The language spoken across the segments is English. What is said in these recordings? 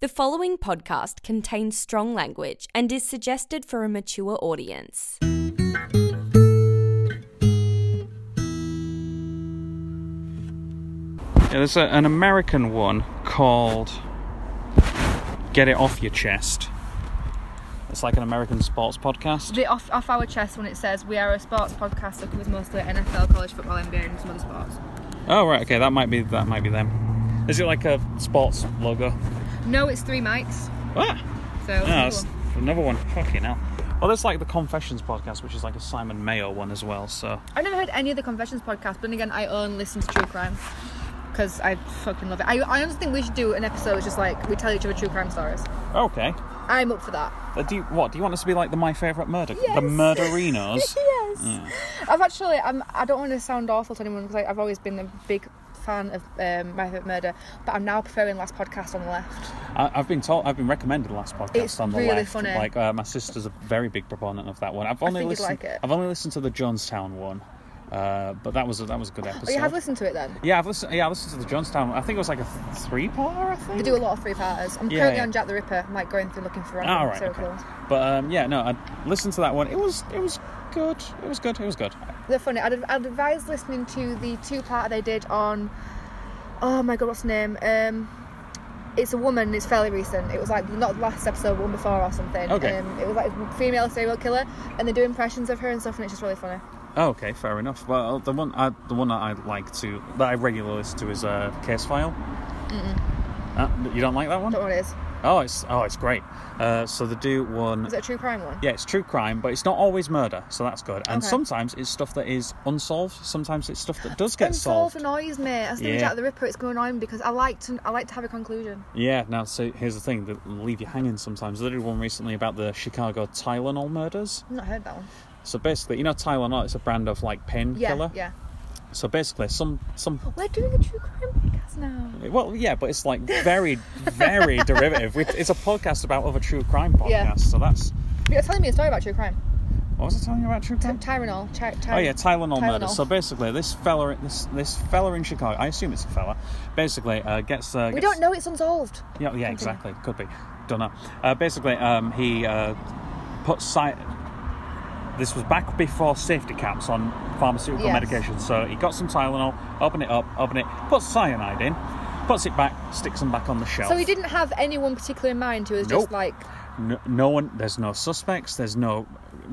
The following podcast contains strong language and is suggested for a mature audience. Yeah, there's a, an American one called Get It Off Your Chest. It's like an American sports podcast. the off, off our chest when it says we are a sports podcast that covers mostly NFL, college football, NBA, and some other sports. Oh right, okay, that might be that might be them. Is it like a sports logo? No, it's three mics. Ah, So no, that's another one. Fucking hell. Well, there's like the Confessions podcast, which is like a Simon Mayo one as well. So I've never heard any of the confessions podcast, but then again, I only listen to true crime because I fucking love it. I, I honestly think we should do an episode that's just like we tell each other true crime stories. okay, I'm up for that. Uh, do you, what do you want us to be like the My Favorite Murder, Yes. the Murderinos? Yes. I've actually I'm, I don't want to sound awful to anyone because I've always been a big fan of um, My Favorite Murder, but I'm now preferring Last Podcast on the Left. I, I've been told I've been recommended last podcast It's on the really left. funny. Like uh, my sister's a very big proponent of that one. I've only think you'd listened. like it. I've only listened to the Jonestown one, uh, but that was a, that was a good episode. Oh, you have listened to it then? yeah, I've listened. Yeah, I listened to the Jonestown. one. I think it was like a three parter. I think. They do a lot of three parters. I'm Yeah, currently yeah. on Jack the Ripper. I'm like going through looking for All random right. serial Okay. killers. But um, yeah, no, I listened to that one. It was it was good. It was good. It was good. They're funny. I'd, I'd advise listening to the two part they did on. Oh my god, what's the name? Um, it's a woman. It's fairly recent. It was like not the last episode, but one before or something. Okay. Um, it was like a female serial killer, and they do impressions of her and stuff, and it's just really funny. Oh, okay, fair enough. Well, the one I, the one that I like to that I regularly listen to is uh, Case File. Uh, you don't like that one? Don't know what it is. Oh, it's oh, it's great. Uh, so they do one. Is it a true crime one? Yeah, it's true crime, but it's not always murder, so that's good. And Okay. sometimes it's stuff that is unsolved. Sometimes it's stuff that does get Unsolved solved. annoys me. As Yeah. yeah. Jack the Ripper, it's going on because I like to. I like to have a conclusion. Yeah. Now, so here's the thing: they leave you hanging sometimes. They did one recently about the Chicago Tylenol murders. I've not heard that one. So basically, you know, Tylenol is a brand of like Yeah, painkiller. yeah. So basically, some some We're doing a true crime podcast now. Well, yeah, but it's like very, very derivative. We- It's a podcast about other true crime podcasts. Yeah. So that's You're telling me a story about true crime. what was I telling you about true Ty- crime? Tyranol. Ty- Oh yeah, Tylenol, murder. Tylenol. So basically, this fella, this this fella in Chicago, I assume it's a fella, basically uh, gets. Uh, We gets- don't know it's unsolved. Yeah, yeah, exactly. Could be. Don't know. Uh, basically, um, he uh, put site. This was back before safety caps on pharmaceutical Yes. medications. So he got some Tylenol, open it up, open it, puts cyanide in, puts it back, sticks them back on the shelf. So he didn't have anyone particular in mind who was Nope. just like no, no one there's no suspects there's no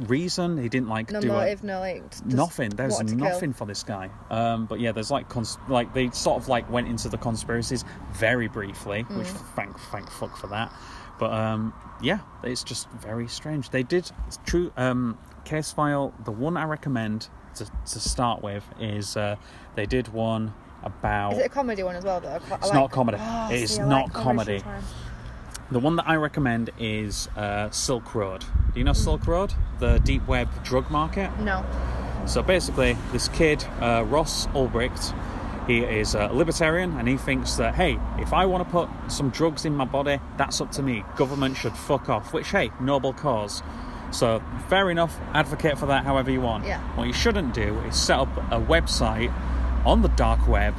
reason he didn't like no do a- motive, no like just nothing there's wanted to kill. nothing for this guy um but yeah there's like cons- like they sort of like went into the conspiracies very briefly Hmm. which thank thank fuck for that but um yeah it's just very strange they did it's true um case file the one i recommend to, to start with is uh they did one about Is it a comedy one as well though? I quite- I It's like- not comedy. Oh, It is see, I not like comedy. sometimes. The one that I recommend is uh, Silk Road. Do you Hmm. know Silk Road? The deep web drug market. No. So basically, this kid, uh, Ross Ulbricht, he is a libertarian and he thinks that, hey, if I want to put some drugs in my body, that's up to me. Government should fuck off, which, hey, noble cause. So, fair enough, advocate for that however you want. Yeah. What you shouldn't do is set up a website on the dark web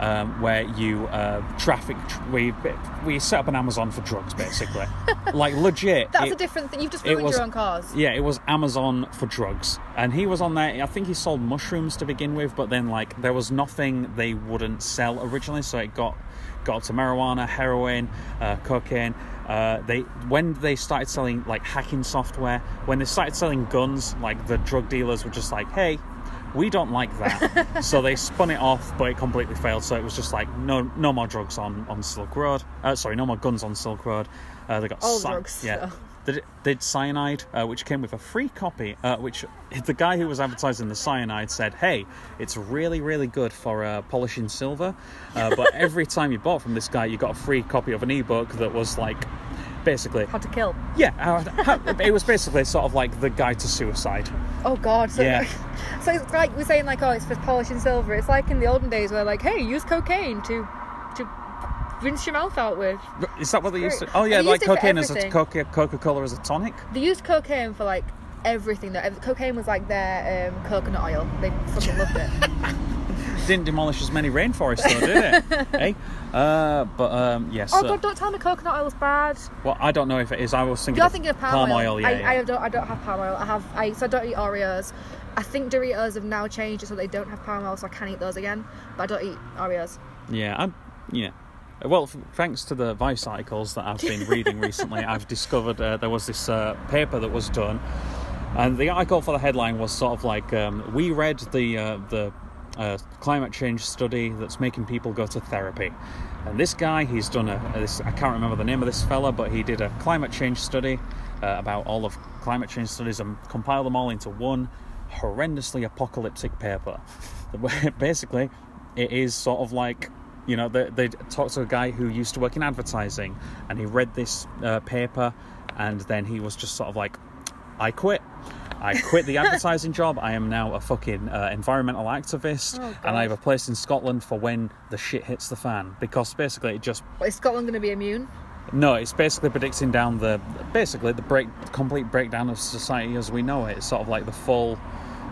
um, where you uh, traffic, tr- where you, where you set up an Amazon for drugs, basically. like, legit. That's a it- different thing. You've just it ruined was- your own cause. yeah, it was Amazon for drugs. And he was on there. I think he sold mushrooms to begin with, but then like there was nothing they wouldn't sell originally, so it got got to marijuana, heroin, uh, cocaine. Uh, they when they started selling like hacking software, when they started selling guns, like the drug dealers were just like, "Hey, we don't like that." so they spun it off, but it completely failed. So it was just like, "No, no more drugs on on Silk Road." Uh, sorry, no more guns on Silk Road. Uh, they got All cy- drugs, Yeah, so. they did, they did cyanide, uh, which came with a free copy. Uh, which the guy who was advertising the cyanide said, "Hey, it's really, really good for uh, polishing silver." Uh, but every time you bought from this guy, you got a free copy of an ebook that was like, basically, How to kill. yeah, uh, how- it was basically sort of like the guide to suicide. Oh god. So, Yeah. so it's like we're saying like oh it's for polishing silver. It's like in the olden days where like hey use cocaine to to rinse your mouth out with. Is that what they used to? Oh They yeah, used like it for cocaine as a everything. Coca Cola as a tonic. They used cocaine for like everything. Though. Ev- Cocaine was like their um, coconut oil. They fucking loved it. didn't demolish as many rainforests, though, did it? hey, uh, but um, yes. Oh uh, god, don't tell me coconut oil's bad. well, I don't know if it is. I was thinking. You're of thinking of palm, oil. yeah, I, yeah. I don't. I don't have palm oil. I have. I so I don't eat Oreos. I think Doritos have now changed it so they don't have palm oil, so I can eat those again. But I don't eat Oreos. Yeah, I'm, yeah. Well, f- thanks to the Vice articles that I've been reading recently, I've discovered uh, there was this uh, paper that was done, and the article for the headline was sort of like um, we read the uh, the uh, climate change study that's making people go to therapy, and this guy he's done a this I can't remember the name of this fella, but he did a climate change study uh, about all of climate change studies and compiled them all into one horrendously apocalyptic paper. Basically, it is sort of like you know they, they talked to a guy who used to work in advertising and he read this uh, paper and then he was just sort of like i quit i quit the advertising job i am now a fucking uh, environmental activist Oh, and i have a God. place in scotland for when the shit hits the fan because basically it just But is Scotland going to be immune? no, it's basically predicting down the basically the break complete breakdown of society as we know it. It's sort of like the full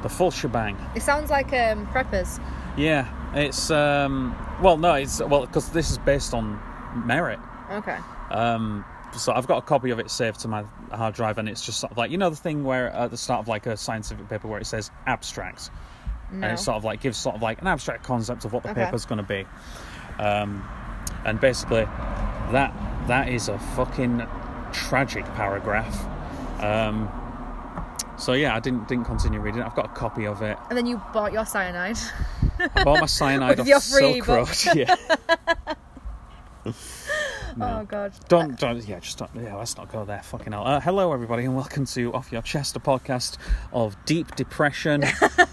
the full shebang. It sounds like um, preppers. Yeah, it's um well no, it's well because this is based on merit. Okay. Um so I've got a copy of it saved to my hard drive and it's just sort of like you know the thing where at the start of like a scientific paper where it says abstract No. and it sort of like gives sort of like an abstract concept of what the Okay. paper's going to be um, and basically that that is a fucking tragic paragraph um, so yeah i didn't didn't continue reading it. i've got a copy of it and then you bought your cyanide. i bought my cyanide With off your free silk book. road yeah Oh god. Don't, don't, yeah, just don't, yeah, let's not go there. Fucking hell. Uh, hello, everybody, and welcome to Off Your Chest, a podcast of deep depression,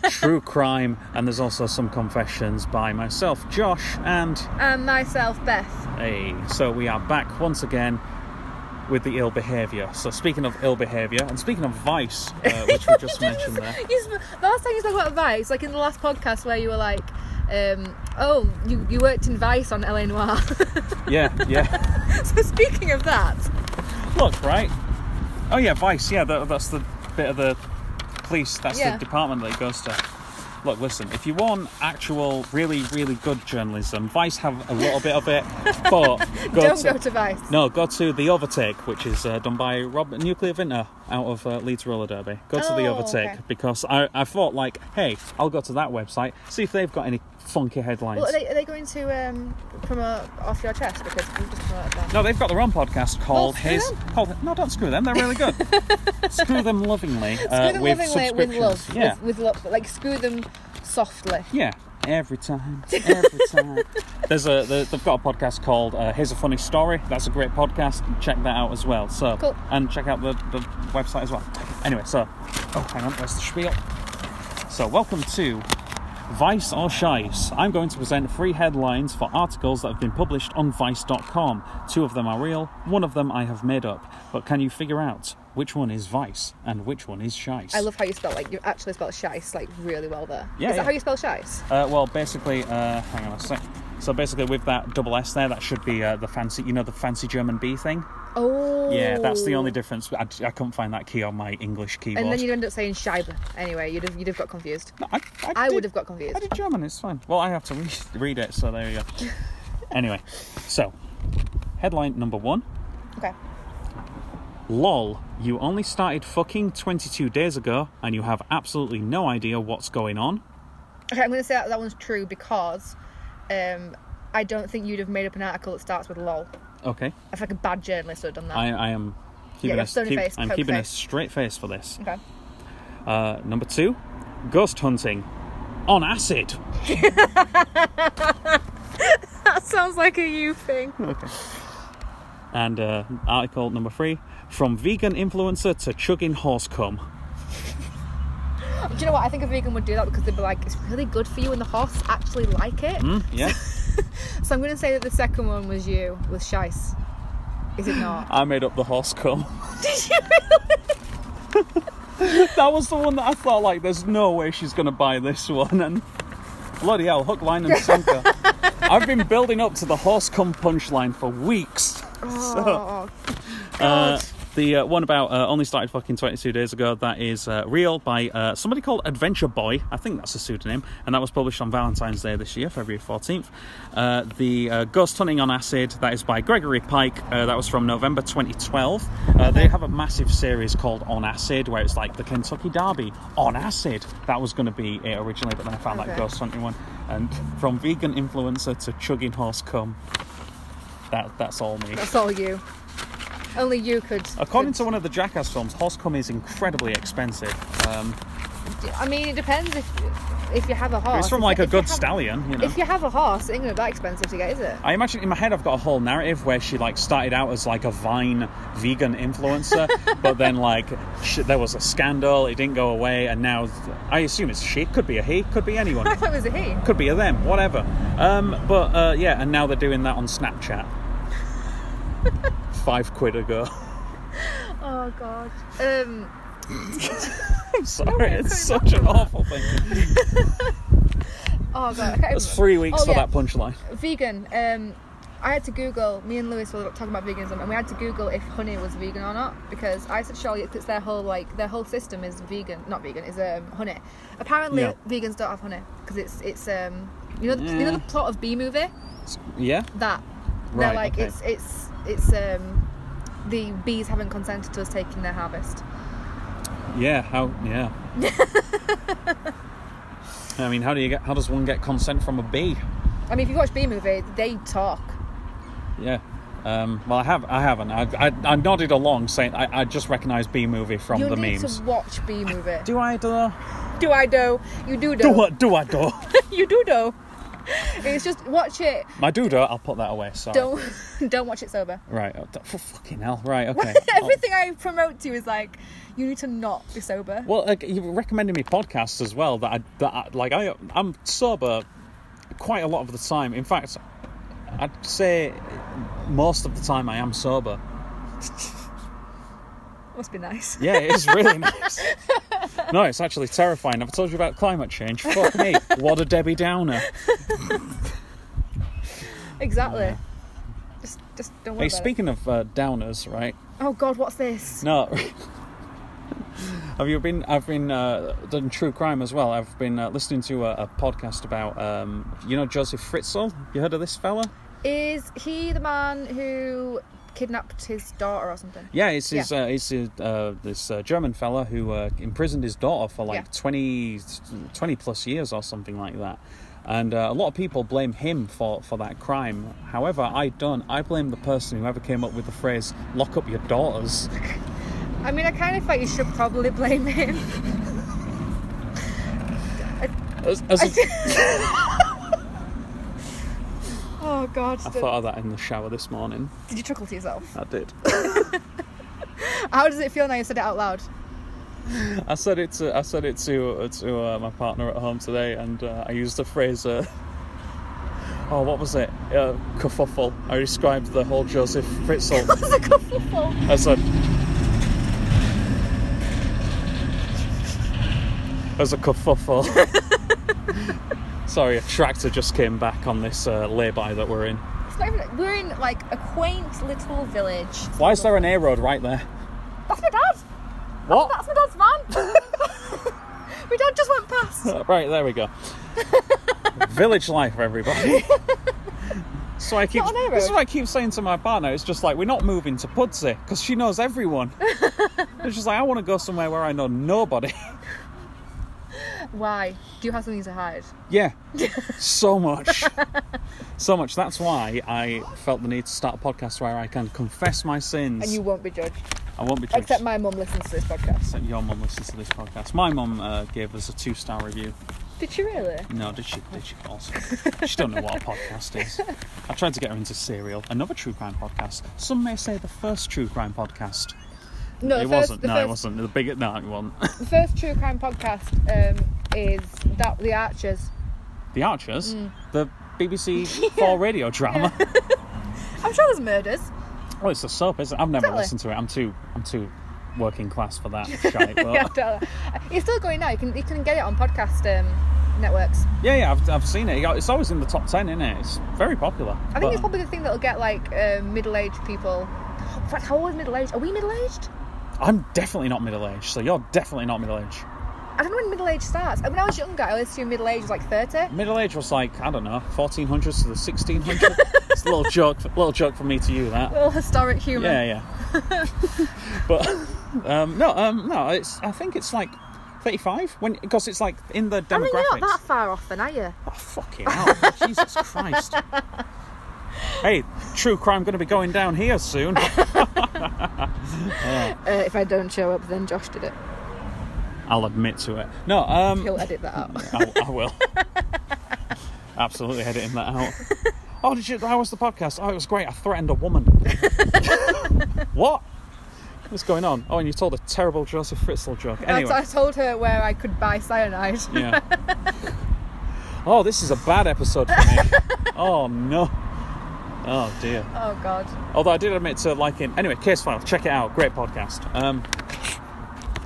true crime, and there's also some confessions by myself, Josh, and And myself, Beth. hey, so we are back once again with the ill behaviour. So, speaking of ill behaviour, and speaking of vice, uh, which we just mentioned there, You sp- last time you spoke about Vice, like in the last podcast where you were like, um, "Oh, you, you worked in Vice on LA Noir." yeah, yeah. so speaking of that, Look, right? Oh, yeah, vice, yeah, that, that's the bit of the police, that's Yeah. the department that it goes to. Look, listen, if you want actual, really, really good journalism, Vice have a little bit of it, but go don't to, go to Vice. No, go to The Overtake, which is uh, done by Rob Nuclear Vinter out of uh, Leeds Roller Derby. Go to The Oh, Overtake okay. because I, I thought, like, hey, I'll go to that website, see if they've got any funky headlines. Well, are they, are they going to um, promote off your chest because we've just promoted that? No, they've got their own podcast called screw His. them. Called, no, don't screw them. They're really good. screw them lovingly. uh, screw them with lovingly with subscriptions. love, Yeah, with, with love, but, like screw them softly. yeah. Every time, every time. There's a there- they've got a podcast called uh, Here's a Funny Story. That's a great podcast. Check that out as well. So Cool. and check out the, the website as well. Anyway, so oh hang on, where's the spiel? So welcome to Vice or Shice. I'm going to present three headlines for articles that have been published on Vice.com. Two of them are real, one of them I have made up. But can you figure out which one is Vice and which one is Shice? I love how you spell like you actually spell shice like really well there. Yeah, Is that yeah. how you spell shice? Uh, well, basically, uh, hang on a sec. So basically, with that double S there, that should be uh, the fancy, you know, the fancy German B thing. Oh. Yeah, that's the only difference. I, I couldn't find that key on my English keyboard. And then you'd end up saying Scheibe. Anyway, you'd have you'd have got confused. No, I, I did- would have got confused. I did German. It's fine. Well, I have to re- read it, so there you go. anyway, so headline number one: Okay. LOL, you only started fucking 22 days ago, and you have absolutely no idea what's going on. Okay, I'm gonna say that that one's true because um, I don't think you'd have made up an article that starts with lol. Okay, If like a bad journalist would have done that. I, I am keeping you're a, stony keep- faced, I'm poker keeping a face. straight face for this. Okay. Uh, number two, ghost hunting on acid. That sounds like a you thing. And uh, article number three, from vegan influencer to chugging horse cum. Do you know what? I think a vegan would do that because they'd be like, it's really good for you and the horse actually like it. Hmm, yeah, So I'm gonna say that the second one was you with shice. Is it not? I made up the horse cum. Did you really? that was the one that I thought, like, there's no way she's gonna buy this one. And bloody hell, hook, line, and sinker. I've been building up to the horse cum punchline for weeks. Oh, Uh, The uh, one about uh, only started fucking 22 days ago, that is uh, real by uh, somebody called Adventure Boy. I think that's a pseudonym. And that was published on Valentine's Day this year, February 14th. Uh, the uh, Ghost Hunting on Acid, that is by Gregory Pike. Uh, that was from November 2012. Uh, they have a massive series called On Acid, where it's like the Kentucky Derby on acid. That was going to be it originally, but then I found that Okay. Ghost Hunting one. And from vegan influencer to chugging horse cum. That, that's all me. That's all you. Only you could. According could- to one of the Jackass films, horse cum is incredibly expensive. Um, I mean, it depends if if you have a horse. it's from like If you- a if you good have- stallion, you know. If you have a horse, it ain't gonna be that expensive to get, is it? I imagine in my head I've got a whole narrative where she like started out as like a Vine vegan influencer, but then like sh- there was a scandal, it didn't go away, and now th- I assume it's she. Could be a he, could be anyone, I thought it was a he. could be a them, whatever. Um, but uh, yeah, and now they're doing that on Snapchat. Five quid ago. Oh god. Um, I'm sorry, it's such an awful thing. oh god. I can't That's even- three weeks Oh, for yeah. that punchline. Vegan. Um, I had to Google. Me and Lewis were talking about veganism, and we had to Google if honey was vegan or not because I said surely it's their whole like their whole system is vegan, not vegan, is um, honey. Apparently, Yeah. vegans don't have honey because it's it's um you know the, you Yeah. know the plot of B movie Yeah. that Mm. Right, they're like okay. it's it's it's um the bees haven't consented to us taking their harvest. Yeah, how? Yeah. I mean, how do you get? How does one get consent from a bee? I mean, if you watch B movie, they talk. Yeah. Um, well, I have. I haven't. I, I, I nodded along, saying I, I just recognise B movie from you the need memes. to watch B movie. Do, Do I do? I do? You do do. Do what? Do I do? you do do. It's just watch it. My do do. I'll put that away. Sorry. Don't don't watch it sober. Right. oh, d- For fucking hell. Right. Okay. Oh. Everything I promote to you is like you need to not be sober. Well, like, you recommended me podcasts as well that I, that I like I I'm sober quite a lot of the time. In fact, I'd say most of the time I am sober. Must be nice. Yeah, it's really nice. No, it's actually terrifying. I've told you about climate change. Fuck me. What a Debbie Downer. Exactly. Just just don't worry Hey, about it. speaking of uh, downers, right? Oh God, what's this? No. Have you been? I've been uh, done true crime as well. I've been uh, listening to a, a podcast about, um, you know, Joseph Fritzl. You heard of this fella? Is he the man who kidnapped his daughter or something? Yeah, it's Yeah. his, Uh, it's his, uh, this uh, German fella who uh, imprisoned his daughter for like Yeah. twenty, twenty 20, plus years or something like that. And uh, a lot of people blame him for, for that crime. However, I don't. I blame the person who ever came up with the phrase, lock up your daughters. I mean, I kind of felt you should probably blame him. As- as a- Oh God, I thought of that in the shower this morning. did you chuckle to yourself? I did. How does it feel now you said it out loud? I said it to I said it to to uh, my partner at home today, and uh, I used the phrase. Uh, oh, what was it? Uh, kerfuffle. I described the whole Joseph Fritzl It's a kerfuffle. as a as a kerfuffle. Sorry, a tractor just came back on this uh, lay-by that we're in. It's not even. We're in like a quaint little village. Why is there an A road right there? That's my dad. What? That's my dad's van. my dad just went past. Right, there we go. Village life, everybody. So I keep, Not an A this is road. what I keep saying to my partner. It's just like we're not moving to Pudsey because she knows everyone. it's just like I want to go somewhere where I know nobody. Why? Do you have something to hide? yeah, so much, so much. That's why I felt the need to start a podcast where I can confess my sins. And you won't be judged. I won't be judged. Except my mum listens to this podcast. Except your mum listens to this podcast. My mum uh, gave us a two-star review. Did she really? No, did she? Did she also? she don't know what a podcast is. I tried to get her into Serial, another true crime podcast. Some may say the first true crime podcast. No, it the first, wasn't. The No, first, it wasn't. The big. No, it wasn't. The first true crime podcast um, is that the Archers. the Archers, Mm. the BBC Four radio drama. I'm sure there's murders. Well, it's a soap, isn't it? I've never Totally. listened to it. I'm too. I'm too working class for that shite. But Yeah, yeah, totally. It's still going now. You can you can get it on podcast um, networks. yeah, I've, I've seen it. It's always in the top ten, isn't it? It's very popular. I think it's probably the thing that'll get like um middle-aged people. In fact, how old is middle aged? Are we middle aged? I'm definitely not middle aged, so you're definitely not middle aged. I don't know when middle age starts. When I was younger, I always assumed middle age was like 30. Middle age was like I don't know, 1400s to the 1600s. it's a little joke, little joke from me to you that. Little historic human. Yeah, yeah. but um, no, um, no. It's I think it's like 35 when because it's like in the demographics. I mean, you're not that far off then, are you? Oh, fucking hell. Jesus Christ. Hey, true crime going to be going down here soon. Uh, if I don't show up, then Josh did it. I'll admit to it. No, um, He'll edit that out. I, I will. Absolutely editing that out. Oh, did you? How was the podcast? Oh, it was great. I threatened a woman. what? What's going on? Oh, and you told a terrible Joseph Fritzl joke. I- Anyway. I told her where I could buy cyanide. Yeah. oh, this is a bad episode for me. oh no. Oh dear. Oh god. Although I did admit to liking. Anyway, Case File, check it out. Great podcast. Um,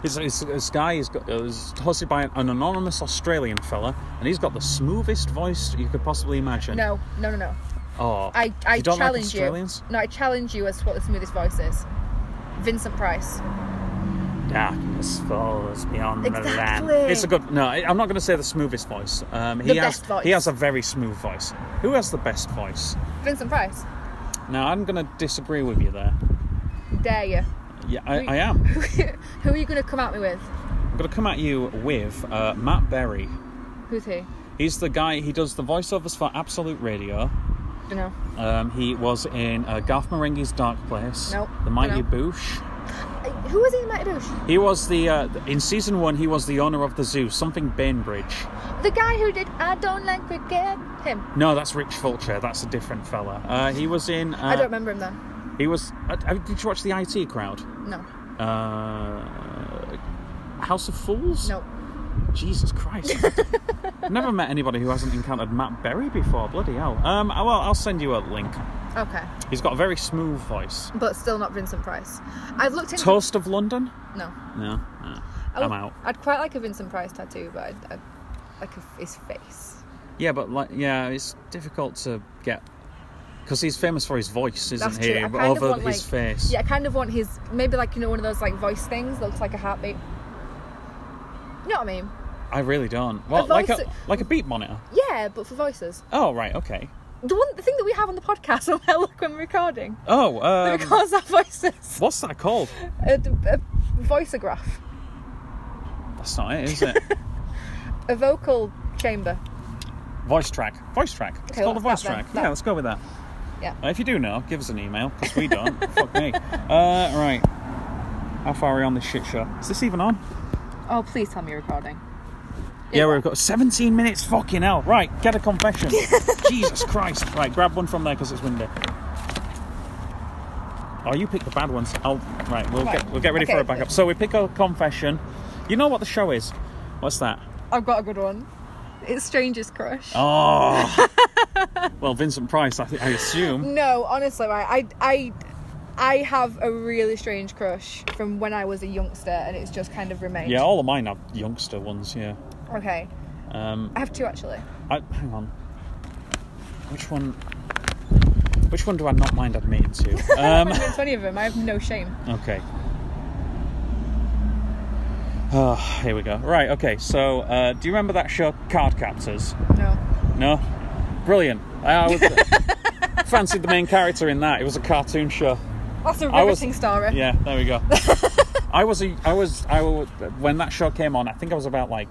his, his, this guy is got, is hosted by an, anonymous Australian fella, and he's got the smoothest voice you could possibly imagine. No, no, no, no. Oh, I, I you don't like challenge Australians? you. No, I challenge you as to what the smoothest voice is. Vincent Price. Darkness falls beyond the land. Exactly. It's a good. No, I- I'm not going to say the smoothest voice. Um, he The has best voice. he has a very smooth voice. Who has the best voice? Vincent Price. Now I'm going to disagree with you there. Dare you? Yeah, I, We- I am. Who are you going to come at me with? I'm going to come at you with uh, Matt Berry. Who's he? He's the guy. He does the voiceovers for Absolute Radio. Don't know. Um, he was in uh, Garth Marenghi's Dark Place. Nope, The Mighty no. Boosh. Uh, Who was he in Mighty Boosh? He was the uh, in season one. He was the owner of the zoo, something Bainbridge. The guy who did I Don't Like Cricket. Him. No, that's Rich Fulcher. That's a different fella. Uh, he was in. Uh, I don't remember him then. He was. Uh, uh, did you watch the IT Crowd? No. Uh, House of Fools. No. Jesus Christ. I've never met anybody who hasn't encountered Matt Berry before. Bloody hell. Um, well, I'll send you a link. Okay. He's got a very smooth voice. But still not Vincent Price. I've looked into. Toast of London? Oh. No. No. no. I I'm would- out. I'd quite like a Vincent Price tattoo, but I'd, I'd like a, his face. Yeah, but like, yeah, it's difficult to get because he's famous for his voice, isn't That's he? true. I But kind of Other want his like, face. Yeah, I kind of want his maybe like you know one of those like voice things that looks like a heartbeat. You know what I mean? I really don't. Well, A like voice- a like a beat monitor. Yeah, but for voices. Oh right, okay. The one, the thing that we have on the podcast on where I look when we're recording, Oh, um, um, records our voices. what's that called? A, a voiceograph, That's not it, is it? a vocal chamber. voice track. Voice track. It's Okay, called a voice what's that then? track. That- Yeah, let's go with that. Yeah. Uh, if you do know, give us an email because we don't. Fuck me. Uh, right. How far are we on this shit show? Is this even on? Oh, please tell me you're recording. Yeah, we've got 17 minutes. Fucking hell. Right, get a confession. Jesus Christ. Right, grab one from there because it's windy. Oh, you pick the bad ones. I'll. Right, we'll Right. get we'll get ready for Okay. a backup. So we pick a confession. You know what the show is? What's that? I've got a good one. It's Stranger's Crush. Oh. well, Vincent Price. I, thi- I assume. No, honestly, right, I, I, I have a really strange crush from when I was a youngster, and it's just kind of remained. Yeah, all of mine are youngster ones. Yeah. Okay, Um, I have two actually. I, hang on. Which one? Which one do I not mind admitting to? Um, I've been to any of them. I have no shame. Okay. Oh, here we go. Right, okay, so uh, do you remember that show Card Captors? No. No? Brilliant. I was, fancied the main character in that. It was a cartoon show. That's a I was- riveting story. Yeah, there we go. I was a, I was I wa- when that show came on, I think I was about like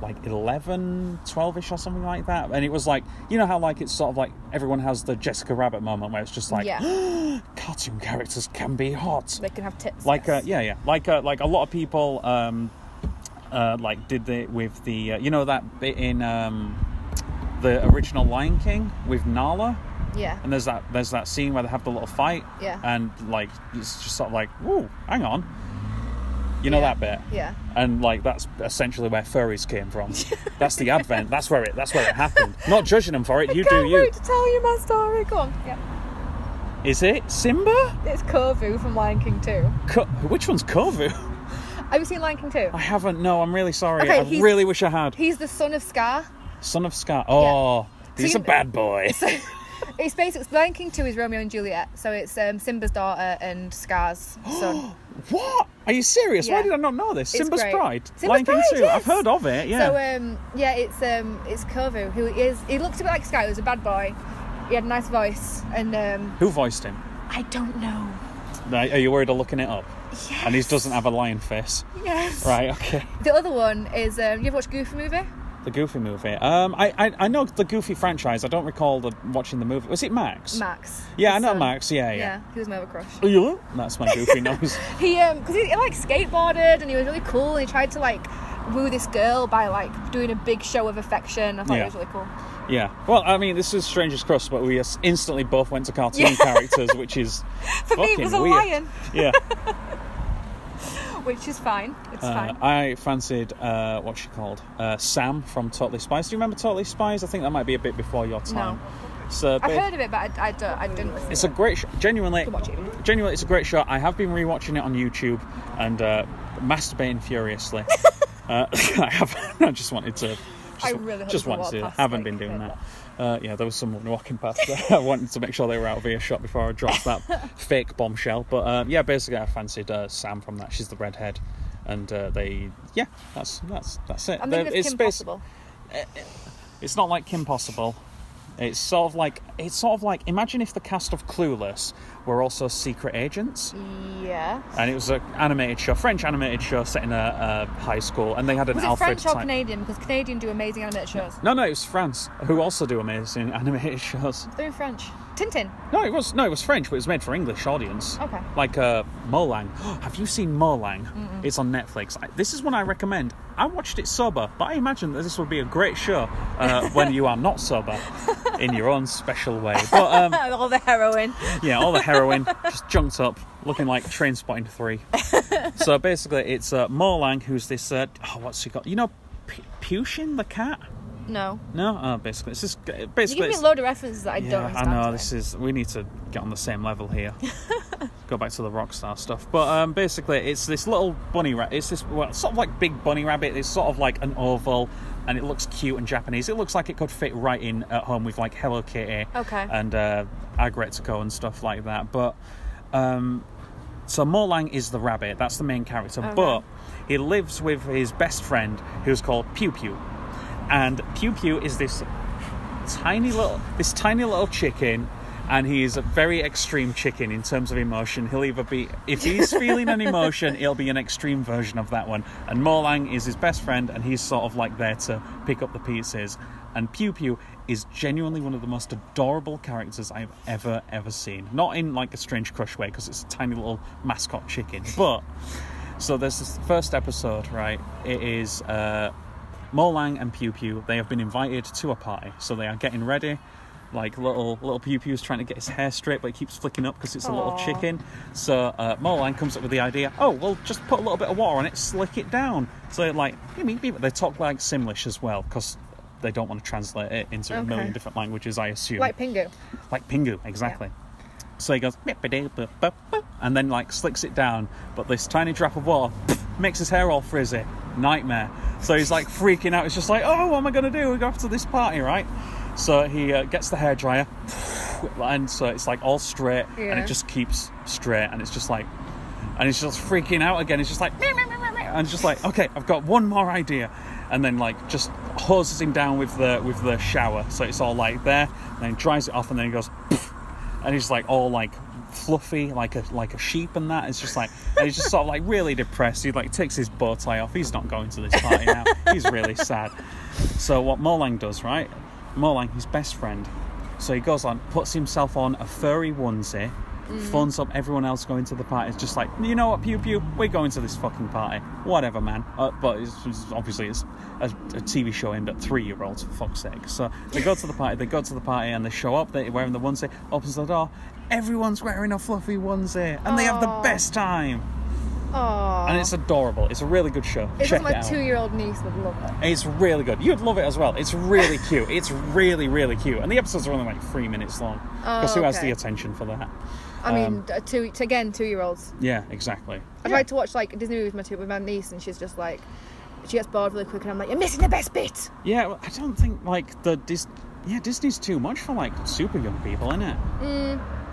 like 11, 12ish or something like that. And it was like, you know how like it's sort of like everyone has the Jessica Rabbit moment where it's just like cartoon characters can be hot They can have tits. like uh, yes. yeah yeah like uh, like a lot of people um uh like did the with the uh, you know that bit in um the original lion king with nala Yeah. and there's that there's that scene where they have the little fight Yeah. and like it's just sort of like whoa hang on you know Yeah. that bit Yeah. and like that's essentially where furries came from that's the advent that's where it that's where it happened not judging them for it you do Can't you wait to tell you my story. Go on. Yeah. is it simba It's Corvu from Lion King 2. Co- which one's kovu Have you seen Lion King 2? i haven't no i'm really sorry Okay, i he's- really wish i had He's the son of Scar. Son of Scar. Oh, So he's you- a bad boy. So It's basically Lion Two is Romeo and Juliet, so it's um, Simba's daughter and Scar's son. What? Are you serious? Why Yeah. did I not know this? It's Simba's great. Pride. Simba's Lion King Pride, 2. yes. I've heard of it, yeah. So um, yeah, it's um, it's Kovu who is he looked a bit like Scar. He was a bad boy. He had a nice voice, and um, Who voiced him? I don't know. Are you worried of looking it up? Yes. And he doesn't have a lion face. Yes. Right, okay. The other one is um, you ever watched Goofy movie? The Goofy movie. Um, I, I, I know the Goofy franchise. I don't recall the, watching the movie. Was it Max? Max. Yeah, I His know son. Max. Yeah, yeah. Yeah, he was my other crush. yeah. That's my Goofy nose. He um, because he, he like skateboarded and he was really cool. And he tried to like woo this girl by like doing a big show of affection. I thought Yeah. it was really cool. Yeah. Well, I mean, this is Strangest Cross, but we s- instantly both went to cartoon Yeah. characters, which is For me, it fucking was a weird. lion. Yeah. Which is fine. It's Uh, fine. I fancied uh, what's she called uh, Sam from Totally Spies. Do you remember Totally Spies? I think that might be a bit before your time. So I've heard of it, but I, I, don't, I didn't listen. it's a great, sh- genuinely, Come on, Jamie. genuinely, it's a great show. I have been rewatching it on YouTube and uh, masturbating furiously. uh, I have. I just wanted to. Just, I really hope just there's no wanted to. do that. walk past, haven't like, been doing that. paper. Uh, yeah, there was someone walking past. There. I wanted to make sure they were out of earshot before I dropped that fake bombshell. But um, yeah, basically, I fancied uh, Sam from that. She's the redhead, and uh, they yeah, that's that's that's it. I'm There- thinking of basi- Kim Possible. it's not like Kim Possible. It's sort of like it's sort of like imagine if the cast of Clueless were also secret agents, Yeah. and it was an animated show, French animated show set in a, a high school, and they had an Was it Alfred French or type- Canadian? Because Canadian do amazing animated shows. No, no, it was France, who also do amazing animated shows. They're in French. Tintin. No, it was no, it was French, but it was made for English audience. Okay. Like uh, Molang. Have you seen Molang? It's on Netflix. I, this is one I recommend. I watched it sober, but I imagine that this would be a great show uh, when you are not sober, in your own special way. But um, All the heroin. yeah, all the heroin just junked up, looking like Train Spotting Three. so basically, it's uh, Molang, who's this. Uh, oh, what's he got? You know, P- Pushin the cat. No. No, oh, basically, it's just You basically. give me a it's- load of references that I don't yeah, I understand. know this is. We need to get on the same level here. Go back to the rock star stuff, but um, basically, it's this little bunny rabbit. It's this well, sort of like big bunny rabbit. It's sort of like an oval, and it looks cute and Japanese. It looks like it could fit right in at home with like Hello Kitty, Okay. and uh, Agretiko and stuff like that. But um, so Morlang is the rabbit. That's the main character, but he lives with his best friend, who's called Pew Pew, and Pew Pew is this tiny little this tiny little chicken and he is a very extreme chicken in terms of emotion. He'll either be if he's feeling an emotion, it'll be an extreme version of that one. And Morlang is his best friend and he's sort of like there to pick up the pieces. And Pew Pew is genuinely one of the most adorable characters I've ever ever seen. Not in like a strange crush way because it's a tiny little mascot chicken, but so there's this first episode, right? It is uh, Molang and Pew Pew. They have been invited to a party, so they are getting ready. Like little little Pew Pew's trying to get his hair straight, but he keeps flicking up because it's a little Aw. chicken. So uh, Molang comes up with the idea. Oh, well, just put a little bit of water on it, slick it down. So like, you mean people? They talk like Simlish as well because they don't want to translate it into a Okay. million different languages. I assume Like Pingu. like Pingu, exactly. So he goes, "Mip-a-dee-bu-bu-bu," and then like slicks it down, but this tiny drop of water makes his hair all frizzy. Nightmare. So he's like freaking out. He's just like, oh, what am I gonna do? We go off to this party, right? So he uh, gets the hairdryer, and so it's like all straight, and Yeah. it just keeps straight, and it's just like, and he's just freaking out again. It's just like, "Meow, meow, meow, meow, meow," and it's just like, okay, I've got one more idea, and then like just hoses him down with the with the shower, so it's all like there, and then dries it off, and then he goes, and he's like all like fluffy, like a like a sheep and that. It's just like and he's just sort of like really depressed. He like takes his bow tie off. He's not going to this party now. He's really sad. So what Molang does, right? Molang, his best friend. So he goes on, puts himself on a furry onesie, Mm-hmm. phones up everyone else going to the party. It's just like, you know what, pew pew, we're going to this fucking party. Whatever, man. Uh, but it's, it's- obviously it's a, a TV show aimed at three-year-olds, for fuck's sake. So they go to the party, they go to the party, and they show up. They're wearing the onesie. Opens the door. Everyone's wearing a fluffy onesie, and they have the Aw. best time. Oh. And it's adorable. It's a really good show. It's Check something my it out. two-year-old niece would love it. It's really good. You'd love it as well. It's really cute. It's really, really cute. And the episodes are only like three minutes long. Because who has Oh, okay. the attention for that? I mean, a two again, two-year-olds. Um, Yeah, exactly. I tried to watch like a Disney movie with my two, with my niece, and she's just like, she gets bored really quick, and I'm like, you're missing the best bit. Yeah, well, I don't think like the Dis- yeah, Disney's too much for like super young people, isn't it?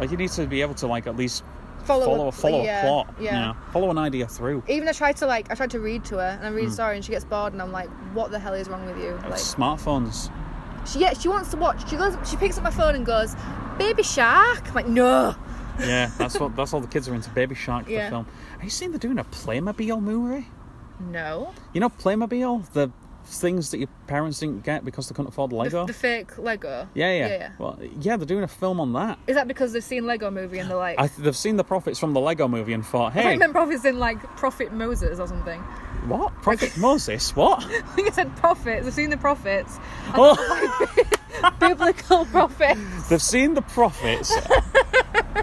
Like you need to be able to like at least Mm. Follow a- follow a, follow yeah, a plot, yeah. you know, follow an idea through. Even I tried to like I tried to read to her and I Hmm. read a story and she gets bored and I'm like, what the hell is wrong with you? Like Smartphones. she yeah, she wants to watch. She goes she picks up my phone and goes, Baby Shark. I'm like, no. Yeah, that's what that's all the kids are into. Baby Shark, Yeah. the film. Have you seen they're doing a Playmobil movie? No. You know Playmobil, the things that your parents didn't get because they couldn't afford Lego. The, the fake Lego. yeah, yeah, yeah. Well, yeah, they're doing a film on that. Is that because they've seen Lego movie and they're like I th- they've seen the profits from the Lego movie and thought, I don't hey, remember if it's in like Prophet Moses or something. what? Prophet Moses? What? I think it said prophets. I've seen the prophets. Oh, Biblical prophets. they've seen the profits.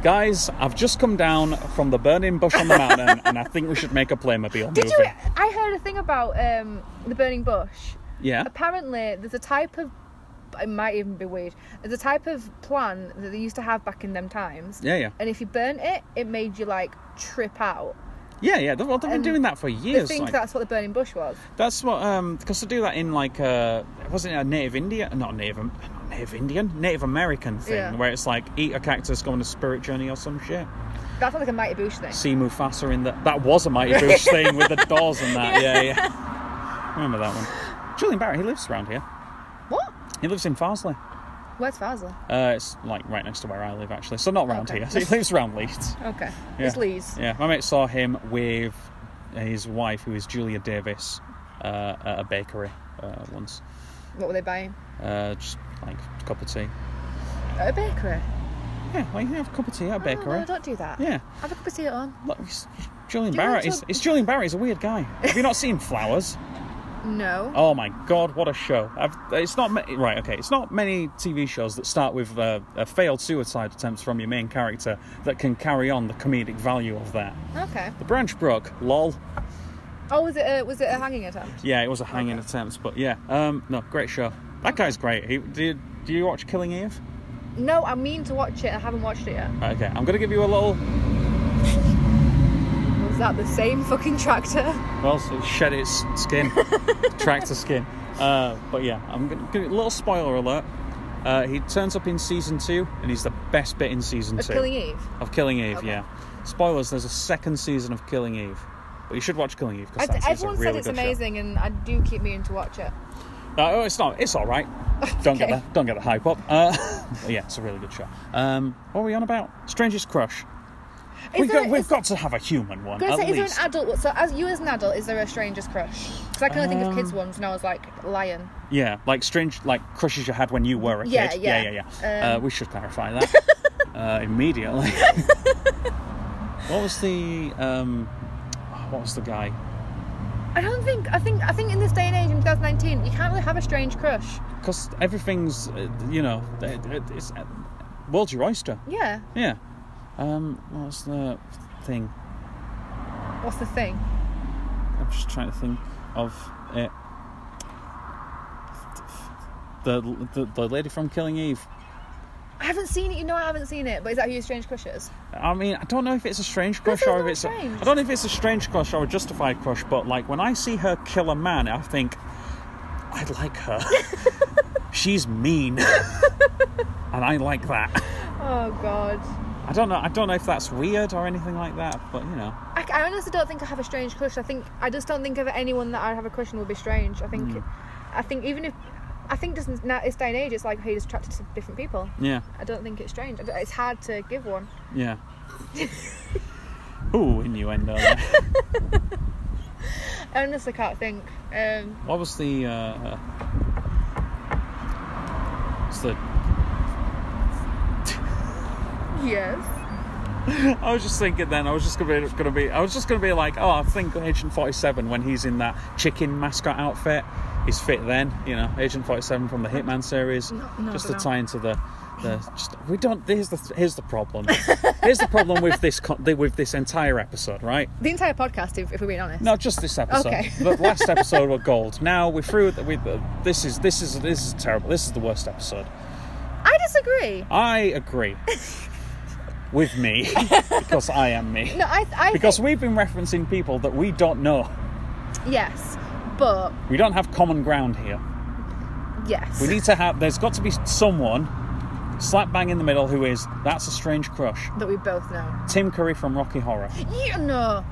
Guys, I've just come down from the burning bush on the mountain and I think we should make a Playmobil Did movie. you? I heard a thing about um, the burning bush. Yeah. Apparently, there's a type of. It might even be weird. There's a type of plant that they used to have back in them times. Yeah, yeah. And if you burnt it, it made you like trip out. Yeah, yeah. They've, well, they've been And doing that for They years. think like- that's what the burning bush was. That's what um because they do that in like uh wasn't it a native Indian not native Am- not native Indian Native American thing Yeah. where it's like eat a cactus go on a spirit journey or some shit. That sounds like a mighty bush thing. See Mufasa in that that was a Mighty Boosh thing with the doors and that yeah yeah. Remember that one? Julian Barrett he lives around here. What? He lives in Farsley. Where's Fazla? Uh, it's like right next to where I live actually, so not round Okay. here. He lives round Leeds. Okay. Yeah. It's Lee's. Yeah, my mate saw him with his wife who is Julia Davis uh, at a bakery uh, once. What were they buying? Uh, just like a cup of tea. At a bakery. Yeah, well, you can have a cup of tea at a Oh, bakery. no, don't do that. yeah. Have a cup of tea at home. Look, it's Julian Do you Barrett. want It's, to- it's Julian Barrett. He's a weird guy. Have you not seen Flowers? No. Oh my God, what a show! I've, it's not ma- right. Okay, it's not many TV shows that start with uh, a failed suicide attempt from your main character that can carry on the comedic value of that. Okay. The Branch Brook, lol. Oh, was it a, was it a hanging attempt? Yeah, it was a hanging attempt, but yeah, um, no, great show. That guy's great. He, do, you, do you watch Killing Eve? No, I mean to watch it. I haven't watched it yet. Right, okay, I'm gonna give you a little. Was that the same fucking tractor? Well, so it shed its skin, tractor skin. Uh, but yeah, I'm gonna give you a little spoiler alert. Uh, he turns up in season two, and he's the best bit in season Of two Killing Eve. of Killing Eve. Okay. Yeah, spoilers. There's a second season of Killing Eve, but you should watch Killing Eve I, because it's a everyone really said it's good show. amazing, and I do keep meaning to watch it. No, oh, it's not. It's all right. Don't get Okay. the don't get the hype up. Uh, but yeah, it's a really good show. Um, what are we on about? Strangest crush. Is We've there- got, we've is- got to have a human one I was at gonna say, is least. there an adult? So, as you as an adult, is there a strangest crush? Because I can only Um, think of kids ones, and I was like, lion. Yeah, like strange, like crushes you had when you were a Yeah, kid. yeah. yeah, yeah. yeah. Um, uh, we should clarify that uh, immediately. what was the um, what was the guy? I don't think. I think. I think in this day and age, in 2019, you can't really have a strange crush. Because everything's, uh, you know, it, it, it's uh, world's your oyster. Yeah. Yeah. Um, what was the thing? What's the thing? I'm just trying to think of it. The the, the lady from Killing Eve. I haven't seen it. You know, I haven't seen it. But is that who your strange crush is? I mean, I don't know if it's a strange This crush is or if not it's strange. a. I don't know if it's a strange crush or a justified crush, but like when I see her kill a man, I think, I like her. She's mean, and I like that. Oh God. I don't know. I don't know if that's weird or anything like that, but you know. I, I honestly don't think I have a strange crush. I think I just don't think of anyone that I have a crush on will be strange. I think, Mm. I think even if, I think just now this day and age, it's like hey, just attracted to different people. Yeah, I don't think it's strange. I don't- It's hard to give one. yeah. Ooh, innuendo. I honestly can't think. Um, What was the? Uh, it's the. yes. I was just thinking. Then I was just gonna be, gonna be. I was just gonna be like, oh, I think Agent Forty Seven when he's in that chicken mascot outfit, he's fit. Then you know, Agent Forty Seven from the Hitman series. No- no, just I to don't tie into the. The, just, we don't. Here's the here's the problem. here's the problem with this co- with this entire episode, right? The entire podcast, if, if we're being honest. No, just this episode. Okay. the last episode were gold. Now we're through. with- With uh, this is this is this is terrible. This is the worst episode. I disagree. I agree with me because I am me. No, I. I Because think- we've been referencing people that we don't know. yes, but We don't have common ground here. Yes. We need to have. There's got to be someone slap bang in the middle who is. That's a strange crush. that we both know. Tim Curry from Rocky Horror. Yeah, no.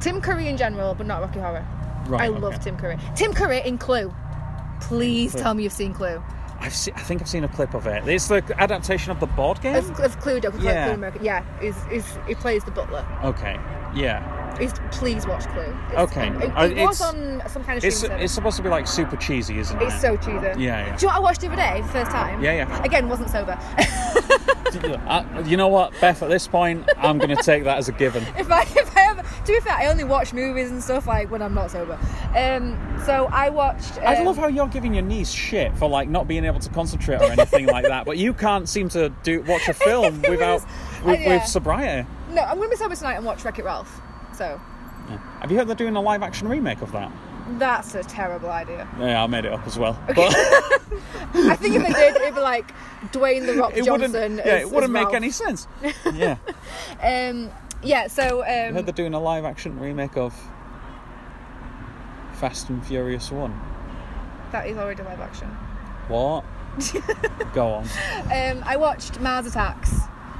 Tim Curry in general, but not Rocky Horror. Right, I okay. love Tim Curry. Tim Curry in Clue. Please Clue. tell me you've seen Clue. I've se- I think I've seen a clip of it. It's the adaptation of the board game. Of, of Clue, Doctor Clue, Yeah. Clue American. Yeah, he's, he's, he plays the butler. Okay. Yeah. He's, please watch Clue. It's, Okay. It, it Uh, was it's- on some kind of It's streaming it's service. supposed to be like super cheesy, isn't It's, it? so cheesy. Yeah, yeah. Do you know what I watched the other day, for the first time? Yeah, yeah. Again, wasn't sober. I, you know what, Beth? At this point, I'm going to take that as a given. if I if I ever to be fair, I only watch movies and stuff like when I'm not sober. Um, so I watched. Um, I love how you're giving your niece shit for like not being able to concentrate or anything like that, but you can't seem to do watch a film It without was- with, uh, yeah. with sobriety. No, I'm gonna be sober tonight and watch Wreck It Ralph. So Yeah. Have you heard they're doing a live action remake of that? that's a terrible idea. Yeah, I made it up as well. But I think if they did, it'd be like Dwayne the Rock it Johnson. wouldn't, as- yeah, it as wouldn't make Ralph. any sense. Yeah, Um, yeah. So I heard they're um, doing a live action remake of Fast and Furious One. that is already live action. What? Go on. Um, I watched Mars Attacks.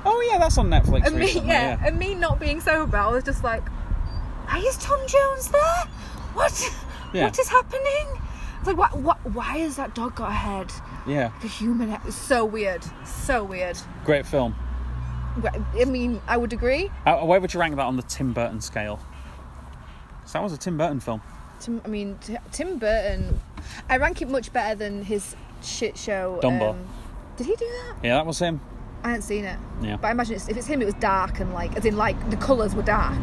Oh yeah, that's on Netflix. And me, yeah, recently, yeah. and me not being sober, I was just like, "Why is Tom Jones there? What? Yeah. What is happening?" It's like, what, what? Why has that dog got a head? yeah, The human head. It's so weird. So weird. great film. Wh- I mean, I would agree. How, where would you rank that on the Tim Burton scale? So that was a Tim Burton film. Tim, I mean, T- Tim Burton. I rank it much better than his shit show. um, Dumbo. did he do that? Yeah, that was him. I haven't seen it. Yeah. But I imagine it's, if it's him, it was dark and like, as in like the colours were dark.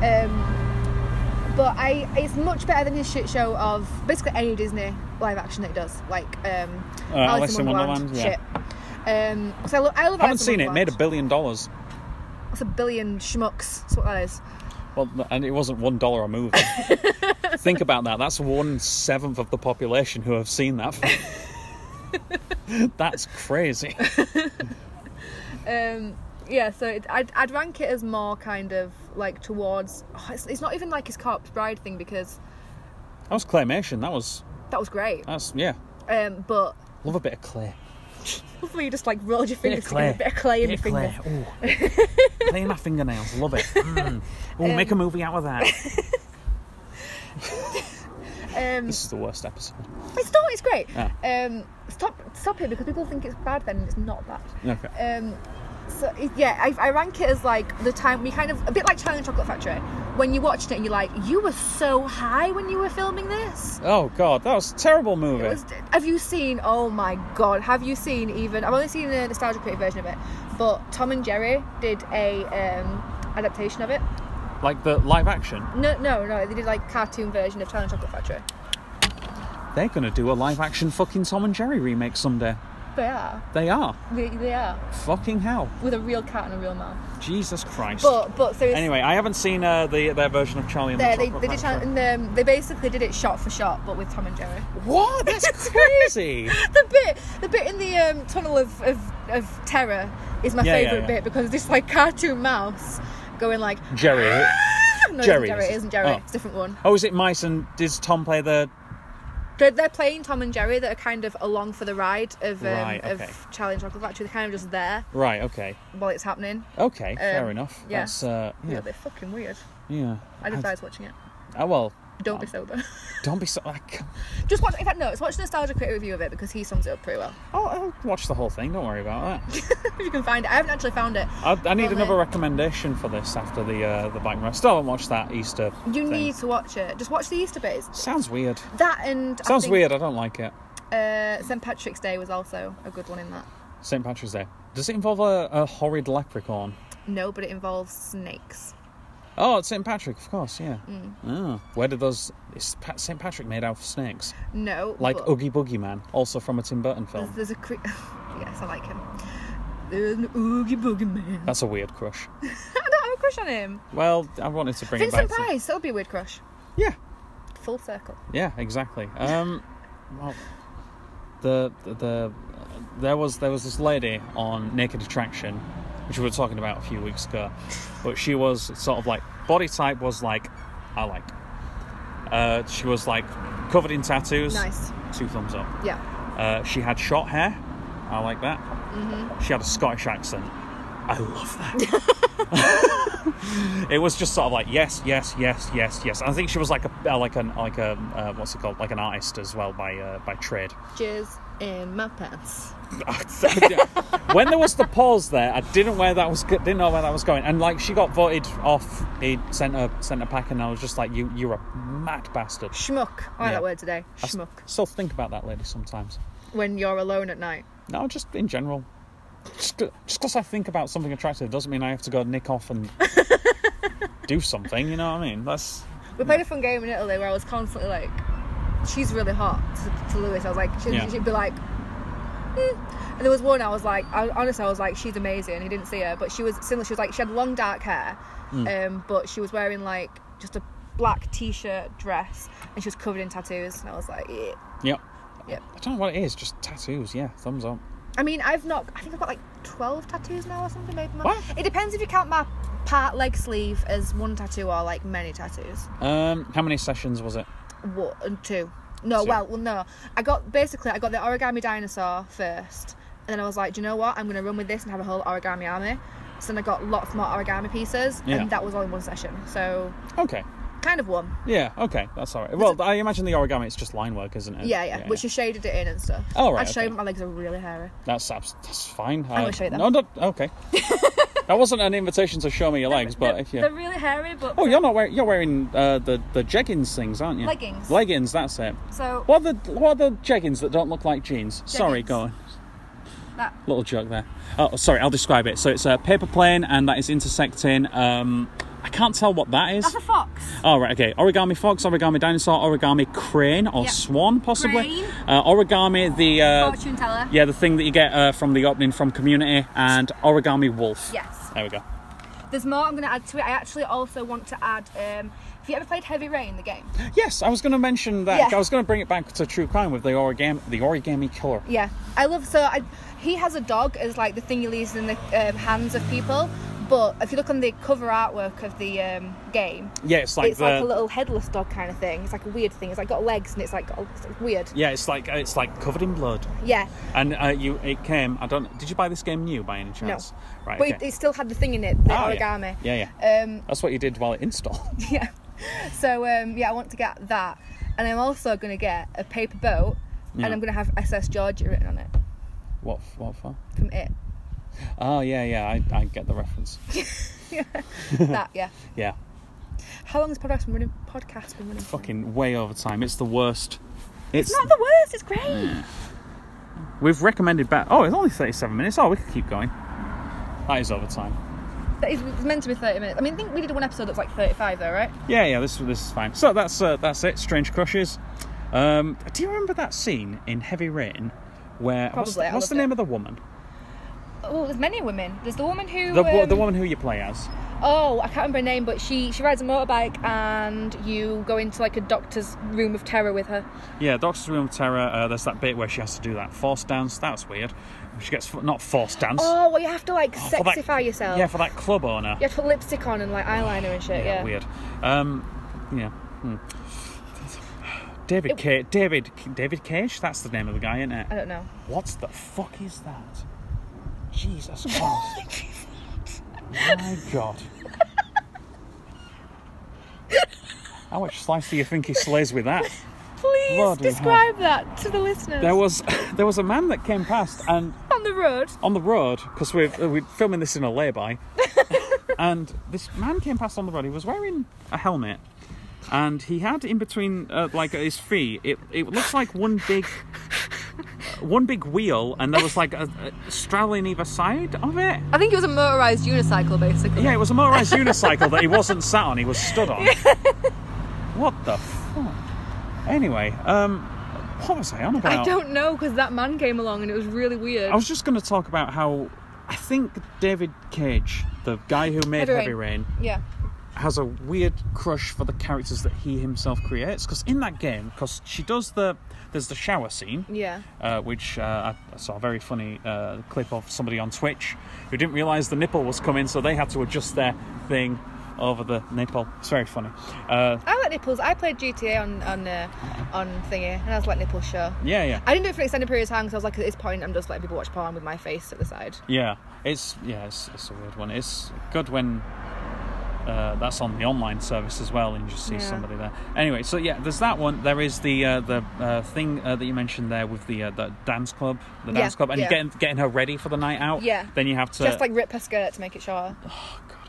Um, but I, it's much better than his shit show of basically any Disney live action that he does, like um, Uh, Alice in Wonderland, yeah. shit. Um, so I, lo- I love. haven't Alice in seen it. Made a Wonderland. billion dollars. That's a billion schmucks. That's what that is. Well, th- and it wasn't one dollar a movie. Think about that. That's one seventh of the population who have seen that. Film. That's crazy. Um, yeah, so it, I'd, I'd rank it as more kind of like towards. oh, it's, it's not even like his corpse bride thing because That was claymation. That was that was great. that's yeah. Um, but Love a bit of clay. hopefully you just like rolled your Bit fingers of clay. together, a bit of clay in your Bit of finger. Clay. Ooh. clay in my fingernails. Love it. Mm. Ooh, make a movie out of that. Um, This is the worst episode. It's not. It's great. Ah. Um, stop, stop it because people think it's bad. Then and it's not bad. Okay. Um, so it, yeah, I, I rank it as like the time we kind of a bit like Charlie and the Chocolate Factory. When you watched it, and you're like, you were so high when you were filming this. Oh god, that was a terrible movie. It was- have you seen? Oh my god! Have you seen even? I've only seen the nostalgia creative version of it, but Tom and Jerry did a um, adaptation of it. Like the live action. No, no, no. They did like cartoon version of Charlie and the Chocolate Factory. They're gonna do a live action fucking Tom and Jerry remake someday. They are. They are. They, they are Fucking hell. with a real cat and a real mouse. Jesus Christ. But but seriously. anyway, I haven't seen uh, the their version of Charlie and They, the they, Chocolate they did Factory. and um, they basically did it shot for shot, but with Tom and Jerry. What? That's crazy. The bit, the bit in the um, tunnel of, of, of terror is my Yeah, yeah, favourite yeah. bit because this like cartoon mouse going like, "Ah!" Jerry. no, Jerry, Jerry, Jerry, this it is- isn't Jerry, oh. it's a different one. Oh, is it mice and does Tom play the? They're, they're playing Tom and Jerry that are kind of along for the ride of um, Right, okay. of Charlie and Chocolate Factory. They're kind of just there Right. Okay. while it's happening. Okay. fair Um, enough. yeah. That's uh, A yeah. little bit fucking weird. Yeah. I despise watching it. Oh well. Don't be sober. Don't be so. I can't- just watch. In fact, no, it's watch the nostalgia critic review of it because he sums it up pretty well. I'll, I'll watch the whole thing. Don't worry about that. if you can find it, I haven't actually found it. I, I need Love another it. recommendation for this after the uh, the bike ride. Still haven't watched that Easter. You thing. need to watch it. Just watch the Easter bit. It's- Sounds weird. That and Sounds I think, weird. I don't like it. Uh, St Patrick's Day was also a good one in that. St Patrick's Day. Does it involve a, a horrid leprechaun? No, but it involves snakes. Oh, it's St Patrick, of course. Yeah. Mm. Oh, where did those? Is Pa- St Patrick made out of snakes? No, Like but Oogie Boogie Man, also from a Tim Burton There's, film. there's a cre- yes, I like him. There's an oogie boogie man. That's a weird crush. I don't have a crush on him. Well, I wanted to bring it Vincent back. to- Price. That would be a weird crush. Yeah. Full circle. Yeah, exactly. Um, well, the the- the there was there was this lady on Naked Attraction, which we were talking about a few weeks ago, but she was sort of like body type was like I like. Uh, she was like covered in tattoos. Nice. Two thumbs up. Yeah. Uh, she had short hair. I like that. She had a Scottish accent. I love that. it was just sort of like yes, yes, yes, yes, yes. I think she was like a uh, like an like a uh, what's it called like an artist as well by uh, by trade. Jizz in my pants. when there was the pause there, I didn't where that was go- didn't know where that was going, and like she got voted off a centre centre pack, and I was just like, you you're a mad bastard. Schmuck. I like Yeah. that word today. I s- Schmuck. still think about that lady sometimes. When you're alone at night. No, just in general. Just because I think about something attractive doesn't mean I have to go nick off and do something. You know what I mean? That's We played a fun game in Italy where I was constantly like, she's really hot to, to Lewis. I was like, she, Yeah. she'd be like, "Hmm." and there was one I was like, I, honestly, I was like, she's amazing. He didn't see her, but she was similar. She was like, she had long dark hair, Hmm. um, but she was wearing like just a black t-shirt dress, and she was covered in tattoos. And I was like, yeah. yep. Yep. I don't know what it is. Just tattoos. Yeah, thumbs up. I mean, I've not. I think I've got like twelve tattoos now or something. Maybe more. What? It depends if you count my part leg sleeve as one tattoo or like many tattoos. Um, how many sessions was it? What and two? No, Two. well, well, no. I got basically I got the origami dinosaur first, and then I was like, do you know what? I'm gonna run with this and have a whole origami army. So then I got lots more origami pieces, Yeah. and that was all in one session. So Okay. kind of one, Yeah. Okay. That's all right. Well, I imagine the origami it's just line work, isn't it? yeah, yeah. Which you shaded it in and stuff. Oh, right, I showed okay. my legs are really hairy. That's abs- that's fine. gonna show you them. No, no, okay. that wasn't an invitation to show me your legs, but they're, if you. they're really hairy, but Oh, you're not wearing. You're wearing uh, the the jeggings things, aren't you? Leggings. Leggings. That's it. so What are the what are the jeggings that don't look like jeans? Sorry, Jeggings. go on. that Little joke there. Oh, sorry. I'll describe it. So it's a paper plane, and that is intersecting. Um, I can't tell what that is. that's a fox. Oh, right, okay. Origami fox, origami dinosaur, origami crane or Yeah. swan, possibly. Crane. Uh, origami, the uh, Fortune teller. yeah, the thing that you get uh, from the opening from Community, and origami wolf. Yes. There we go. There's more I'm gonna add to it. I actually also want to add. Um, have you ever played Heavy Rain, the game? Yes, I was going to mention that. Yeah. I was going to bring it back to true crime with the origami, the origami killer. Yeah, I love. So I, he has a dog as like the thing you leaves in the um, hands of people. But if you look on the cover artwork of the um, game, Yeah, it's like it's the. like a little headless dog kind of thing. It's like a weird thing. It's like got legs and it's like got, it's like weird. yeah, it's like it's like covered in blood, Yeah. and uh, you it came. I don't. Did you buy this game new by any chance? Right. But okay. it, it still had the thing in it, the Oh, yeah. origami. Yeah, yeah. Um, That's what you did while it installed. yeah. So um, yeah, I want to get that, and I'm also gonna get a paper boat, Yeah. and I'm gonna have SS Georgia written on it what? What for? from it. Oh yeah, yeah. I, I get the reference. that yeah. Yeah. How long has podcast been running? Podcast been running? for? Fucking way over time. It's the worst. It's, It's not the worst. It's great. we've recommended back. Oh, it's only thirty-seven minutes. Oh, we could keep going. That is over time. That is, it's meant to be 30 minutes. I mean, I think we did one episode that was like 35 though, right? Yeah, yeah, this this is fine. So that's uh, that's it. Strange crushes. Um, do you remember that scene in Heavy Rain where what's- Probably, I what's, the loved name it. of the woman? Oh, there's many women. There's the woman who. The, wo- um, the woman who you play as. Oh, I can't remember her name, but she she rides a motorbike and you go into like a doctor's room of terror with her. Yeah, Doctor's Room of Terror. Uh, there's that bit where she has to do that forced dance. That's weird. She gets f- not forced dance. Oh, well, you have to like for that- sexify yourself. Yeah, for that club owner. you have to put lipstick on and like eyeliner and shit. Yeah. Weird. Um, yeah. hmm. David Ca David David Cage. That's the name of the guy, isn't it? I don't know. What the fuck is that? Jesus Christ. My God. How much slice do you think he slays with that? Bloody Please hell. describe that to the listeners There was there was a man that came past and on the road. on the road because we're we're filming this in a lay-by, and this man came past on the road. He was wearing a helmet, and he had in between uh, like his feet. It it looks like one big. One big wheel, and there was like a, a straddling either side of it. I think it was a motorized unicycle, basically. Yeah, it was a motorised unicycle that he wasn't sat on; he was stood on. what the fuck? Anyway, um, what was I on about? I don't know because that man came along and it was really weird. I was just going to talk about how I think David Cage, the guy who made Heavy Heavy, Rain. Rain, Yeah. has a weird crush for the characters that he himself creates. Because in that game, because she does the there's the shower scene, Yeah. uh, which uh, I- I saw a very funny uh, clip of somebody on Twitch who didn't realise the nipple was coming, so they had to adjust their thing. over the nipple. It's very funny. Uh, I like nipples. I played GTA on on uh, on thingy, and I was like nipple show. yeah, yeah. I didn't do it for an extended period of time because I was like, at this point, I'm just letting people watch porn with my face at the side. Yeah, it's yeah, it's, it's a weird one. It's good when uh, that's on the online service as well, and you just see Yeah. somebody there. Anyway, so yeah, there's that one. There is the uh, the uh, thing uh, that you mentioned there with the uh, the dance club, the Yeah, dance club, and yeah. getting getting her ready for the night out. Yeah. Then you have to Just like rip her skirt to make it shorter.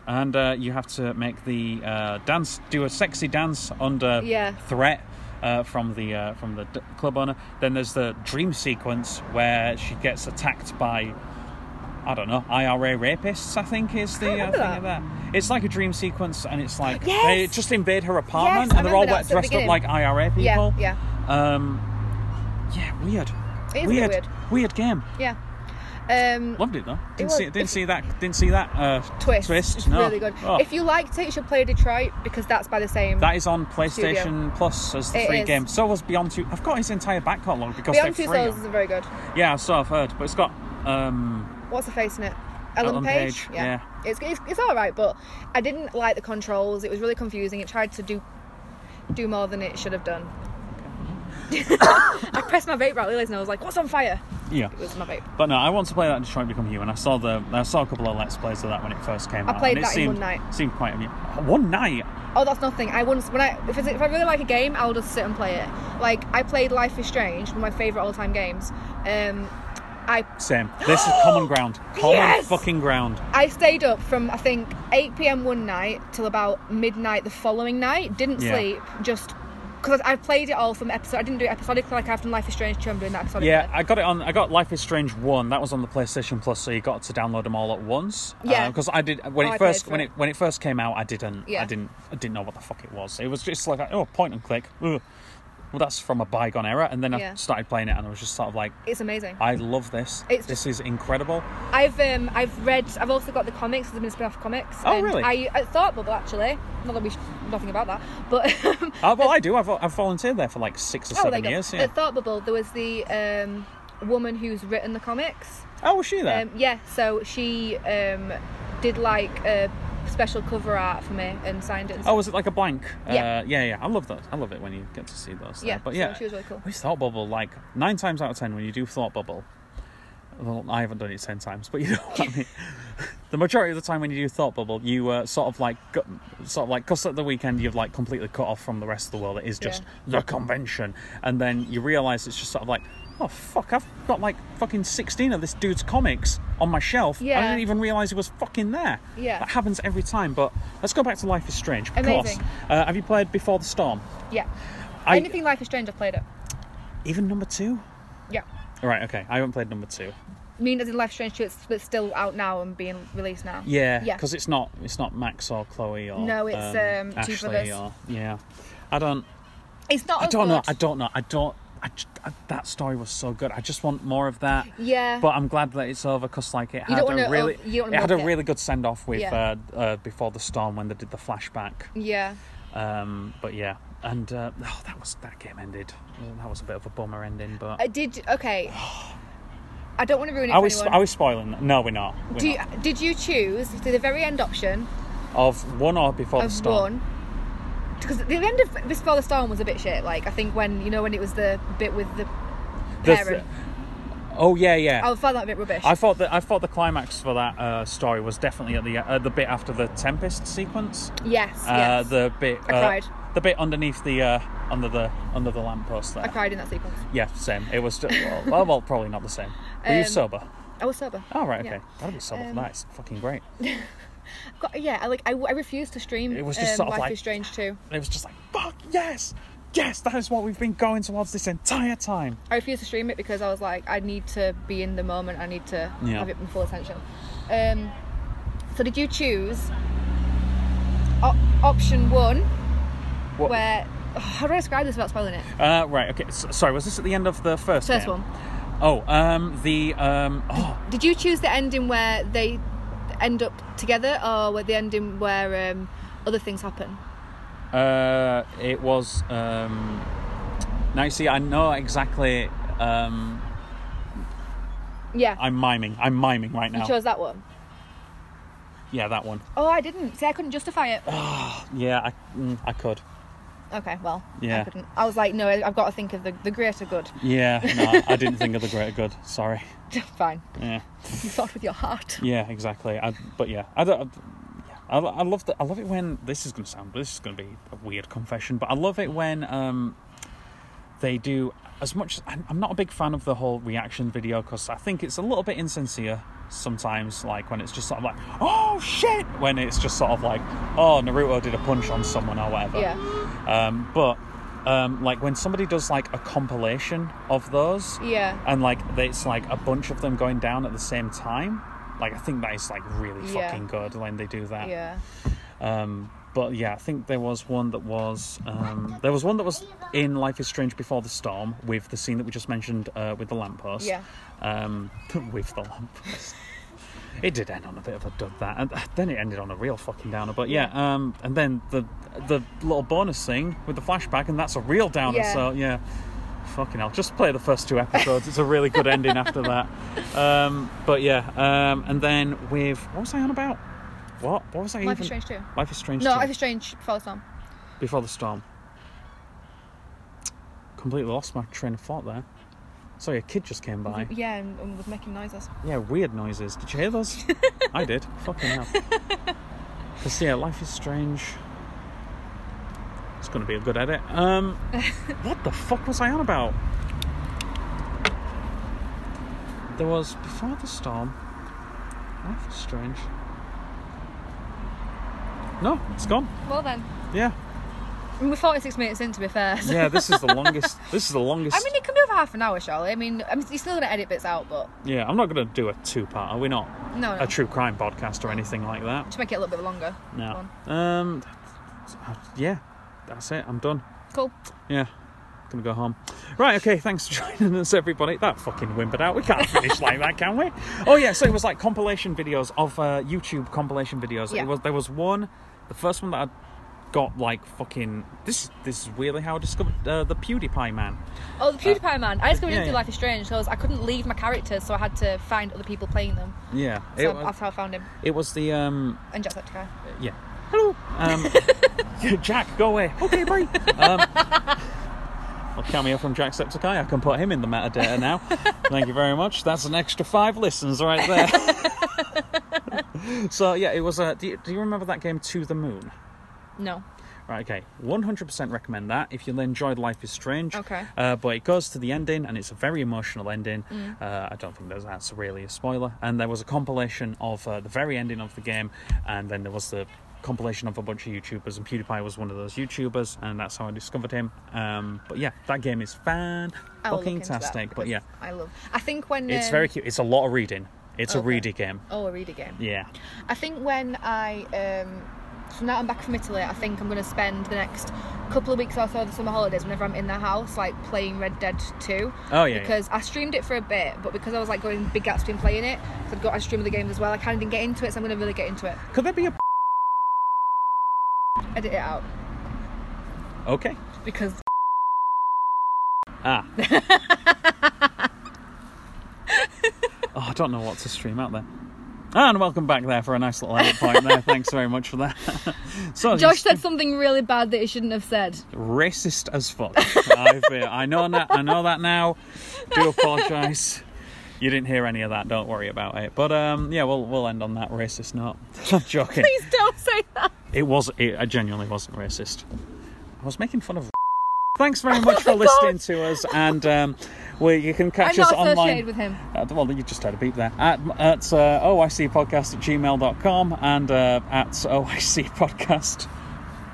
and uh, you have to make the uh, dance, do a sexy dance under Yeah. threat uh, from the uh, from the d- club owner. Then there's the dream sequence where she gets attacked by I don't know IRA rapists. I think is the uh, remember thing that. of that. It's like a dream sequence, and it's like Yes! they just invade her apartment, Yes, I and they're all remember that. like, It's at the dressed up like beginning. IRA people. Yeah, yeah. Um, yeah, weird. It is a bit weird, weird. weird game. Yeah. Um, Loved it though. Didn't was- see, didn't it's- see that. Didn't see that uh, twist. It's no. really good. Oh. If you liked it, you should play Detroit because that's by the same. That is on Studio. PlayStation Plus as the It free is. game. So was Beyond Two. I've got his entire back catalogue because Beyond they're Two free. Souls isn't very good. Yeah, so I've heard, but it's got. Um, What's the face in it? Ellen, Ellen Page. Page, It's, it's it's all right, but I didn't like the controls. It was really confusing. It tried to do do more than it should have done. I pressed my vape right, realised, and I was like, "What's on fire?" yeah, It was my vape. but no, I want to play that Detroit Become Human. I saw the I saw a couple of Let's Plays of that when it first came I out. played and it that in seemed, one night. Seemed quite amu- one night. Oh, that's nothing. I once when I if, it's, if I really like a game, I'll just sit and play it. Like I played Life is Strange, one of my favorite all-time games. Um, I Same. This is common ground. Common Yes! fucking ground. I stayed up from I think 8 p.m. one night till about midnight the following night. Didn't Yeah. sleep, just because I played it all from episode. I didn't do it episodically like I've done Life is Strange 2. I'm doing that episodically. Yeah, I got it on. I got Life is Strange one. That was on the PlayStation Plus, so you got to download them all at once. Yeah. because I did when Oh, it I first paid for when it. it when it first came out. I didn't. I Yeah. didn't. I didn't know what the fuck it was. It was just like oh, point and click. Ugh. Well, that's from a bygone era. And then I Yeah. started playing it, and I was just sort of like, it's amazing. I love this. It's- this is incredible. I've um I've read. I've also got the comics. There's been a spin-off comics. Oh, and really? I, I thought Bubble actually. Not that we sh- nothing about that, but um, Uh, well, I do. I've, I've volunteered there for like six or oh, seven there you go. years. Yeah. At Thought Bubble, there was the um, woman who's written the comics. oh, was she there? Um, yeah, so she um, did like a special cover art for me and signed it. and Oh, was it like a blank? Yeah. uh, yeah, yeah. I love that. I love it when you get to see those. there. Yeah, but so yeah, she was really cool. With thought bubble, like nine times out of ten, when you do thought bubble, well, I haven't done it ten times, but you know what I mean. The majority of the time when you do thought bubble, you uh, sort of like, gu- sort of like, because at the weekend you've like completely cut off from the rest of the world. It is just the convention, and then you realise it's just sort of like, oh fuck, I've got like fucking sixteen of this dude's comics on my shelf. I Yeah. didn't even realise it was fucking there. Yeah. that happens every time. But let's go back to Life is Strange because Amazing. uh, have you played Before the Storm? Yeah. I- Anything Life is Strange, I've played it. Even number two. Yeah. All right, okay. I haven't played number two. I mean, as in Life is Strange 2, it's but still out now and being released now. Yeah, Yeah. because it's not it's not Max or Chloe or No, it's, um, two Ashley brothers. Oh, or yeah. I don't It's not I as don't know good. I don't know I don't I, j- I- that story was so good. I just want more of that. Yeah. But I'm glad that it's over because like it You had don't a wanna really over- you don't it wanna had a milk it. really good send off with Yeah. uh, uh, before the storm when they did the flashback. Yeah. Um, but yeah, and uh, oh, that was that game ended. That was a bit of a bummer ending, but. I Uh, did. Okay. I don't want to ruin it I for was, anyone. I was spoiling that. No, we're not. We're Do you, not. did you choose to the very end option Of one or before the of storm. one? Because the end of Before the Storm was a bit shit. Like, I think when, you know, when it was the bit with the The th- parent. oh yeah, yeah. I found that a bit rubbish. I thought that I thought the climax for that uh, story was definitely at the uh, the bit after the tempest sequence. yes, Uh, yes. the bit I uh, cried. The bit underneath the uh, under the under the lamppost there. I cried in that sequence. Yeah, same. It was just, well, well, well, probably not the same. Were you Um, sober? I was sober. Oh right, yeah. okay. That'd be sober for um, that. It's fucking great. God, yeah, I like I, I refused to stream. It was just um, sort of Life like- is Strange too. It was just like fuck yes, yes. That is what we've been going towards this entire time. I refused to stream it because I was like, I need to be in the moment. I need to Yeah. have it in full attention. Um, so did you choose op- option one, What- where oh, how do I describe this without spoiling it? Uh, right. Okay. S sorry. Was this at the end of the first? First game? one. Oh, um, the um, oh, Did you choose the ending where they end up together, or where the ending where um, other things happen? Uh, it was. Um, now you see, I know exactly. Um, Yeah, I'm miming. I'm miming right now. you chose that one. Yeah, that one. Oh, I didn't. See, I couldn't justify it. Oh. Yeah, I, mm, I could. Okay, well, Yeah. I couldn't. I was like, no, I've got to think of the, the greater good. Yeah, no, I didn't think of the greater good. Sorry. Fine. Yeah, You thought with your heart. yeah, exactly. I, but yeah, I don't. yeah, I, I love the, I love it when this is gonna sound. This is gonna be a weird confession, but I love it when um, they do as much. I'm, I'm not a big fan of the whole reaction video because I think it's a little bit insincere sometimes. Like when it's just sort of like, oh shit, when it's just sort of like, oh Naruto did a punch on someone or whatever. Yeah. Um, but um, like when somebody does like a compilation of those, Yeah. and like they- it's like a bunch of them going down at the same time. Like I think that is like really Yeah. fucking good when they do that. Yeah. Um, but yeah, I think there was one that was um, there was one that was in Life is Strange Before the Storm with the scene that we just mentioned uh, with the lamppost. Yeah. Um, with the lamppost. It did end on a bit of a dud that, and uh, then it ended on a real fucking downer. But yeah, um, and then the the little bonus thing with the flashback, and that's a real downer. Yeah. So yeah, fucking hell, just play the first two episodes. it's a really good ending after that. Um, but yeah, um, and then with what was I on about? What? What was I Life even? is Strange 2. Life is Strange. No, 2, Life is Strange Falls Down. Before the Storm. Completely lost my train of thought there. Sorry, a kid just came by. Yeah, and, and was making noises. Yeah, weird noises. Did you hear those? I did. Fucking hell. Because, yeah, Life is Strange. It's going to be a good edit. Um, what the fuck was I on about? There was Before the Storm. Life is Strange. No, it's gone. Well then, Yeah. we're 46 minutes in, to be fair. so- Yeah, this is the longest. This is the longest. I mean, it can be over half an hour, surely. I mean, I'm, you're still gonna edit bits out, but yeah, I'm not going to do a two-part. Are we not no, Oh, no. a true crime podcast or anything like that? to make it a little bit longer. No. One. Um. Yeah, that's it. I'm done. Cool. Yeah. Gonna go home. Right, okay, thanks for joining us, everybody. That fucking whimpered out. We can't finish like that, can we? Oh, yeah, so it was like compilation videos of uh, YouTube compilation videos. Yeah. It was There was one, the first one that I got, like, fucking. This, this is weirdly how I discovered uh, the PewDiePie man. Oh, the PewDiePie man. I Uh, discovered yeah, yeah, into yeah. Life is Strange because I couldn't leave my characters, so I had to find other people playing them. Yeah. So it, was, that's how I found him. it was the. um And Jack that guy. Yeah. Hello. Um, Jack, go away. Okay, bye. Um, a cameo from Jacksepticeye. I can put him in the metadata now. Thank you very much. That's an extra five listens right there. so yeah, it was. Uh, do, you, do you remember that game To the Moon? No. Right, okay. 100% recommend that if you enjoyed Life is Strange. Okay. Uh, but it goes to the ending, and it's a very emotional ending. Mm. Uh, I don't think there's, that's really a spoiler. And there was a compilation of uh, the very ending of the game, and then there was the compilation of a bunch of YouTubers, and PewDiePie was one of those YouTubers, and that's how I discovered him. Um, but yeah, that game is fan I will look fucking into that tastic. But because yeah, I love. I think when it's um, very cute. It's a lot of reading. It's a Okay. ready game. Oh, a reader game. Yeah. I think when I um, so now I'm back from Italy, I think I'm going to spend the next couple of weeks or so of the summer holidays whenever I'm in their house, like playing Red Dead 2. Oh, yeah, yeah. Because I streamed it for a bit, but because I was like going big gaps between playing it, so I've got I stream other games as well. I kind of didn't get into it, so I'm going to really get into it. Could there be a. Edit it out Okay. because Ah. oh, I don't know what to stream out there. Ah, And welcome back there for a nice little edit point there. Thanks very much for that. so Josh it's said something really bad that he shouldn't have said. racist as fuck. I've been, I know that. I know that now. Do apologise. You didn't hear any of that. Don't worry about it. But um, yeah, we'll we'll end on that racist note. I'm joking. Please don't say that. It was. It, I genuinely wasn't racist. I was making fun of. Thanks very much for listening to us, and um, well, you can I'm catch not us associated online. with him. Uh, well, you just had a beep there. At, at uh, oicpodcast at gmail.com and uh, at oicpodcast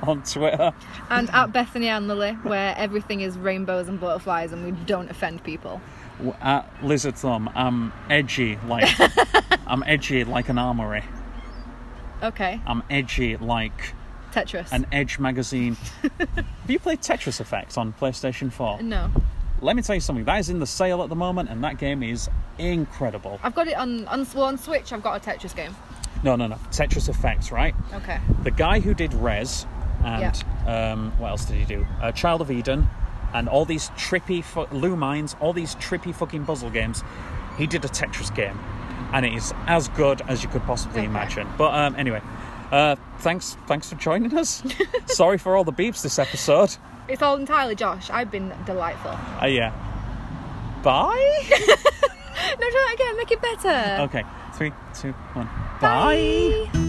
on Twitter. And at Bethany and Lily, where everything is rainbows and butterflies and we don't offend people. W- At Lizard Thumb. I'm edgy like... I'm edgy like an armory. Okay. I'm edgy like Tetris. an Edge magazine. Have you played Tetris Effect on PlayStation 4? no. Let me tell you something. That is in the sale at the moment and that game is incredible. I've got it on on, well, on Switch. I've got a Tetris game. No, no, no. Tetris Effect, right? Okay. the guy who did Res and um, what else did he do? Uh, Child of Eden and all these trippy fu- Lumines, all these trippy fucking puzzle games. He did a Tetris game, and it is as good as you could possibly Okay. imagine. But um, anyway, uh, thanks thanks for joining us. Sorry for all the beeps this episode. It's all entirely Josh. I've been delightful. Uh, yeah. Bye. No, try that again. Make it better. okay. Three, two, one. Bye. Bye.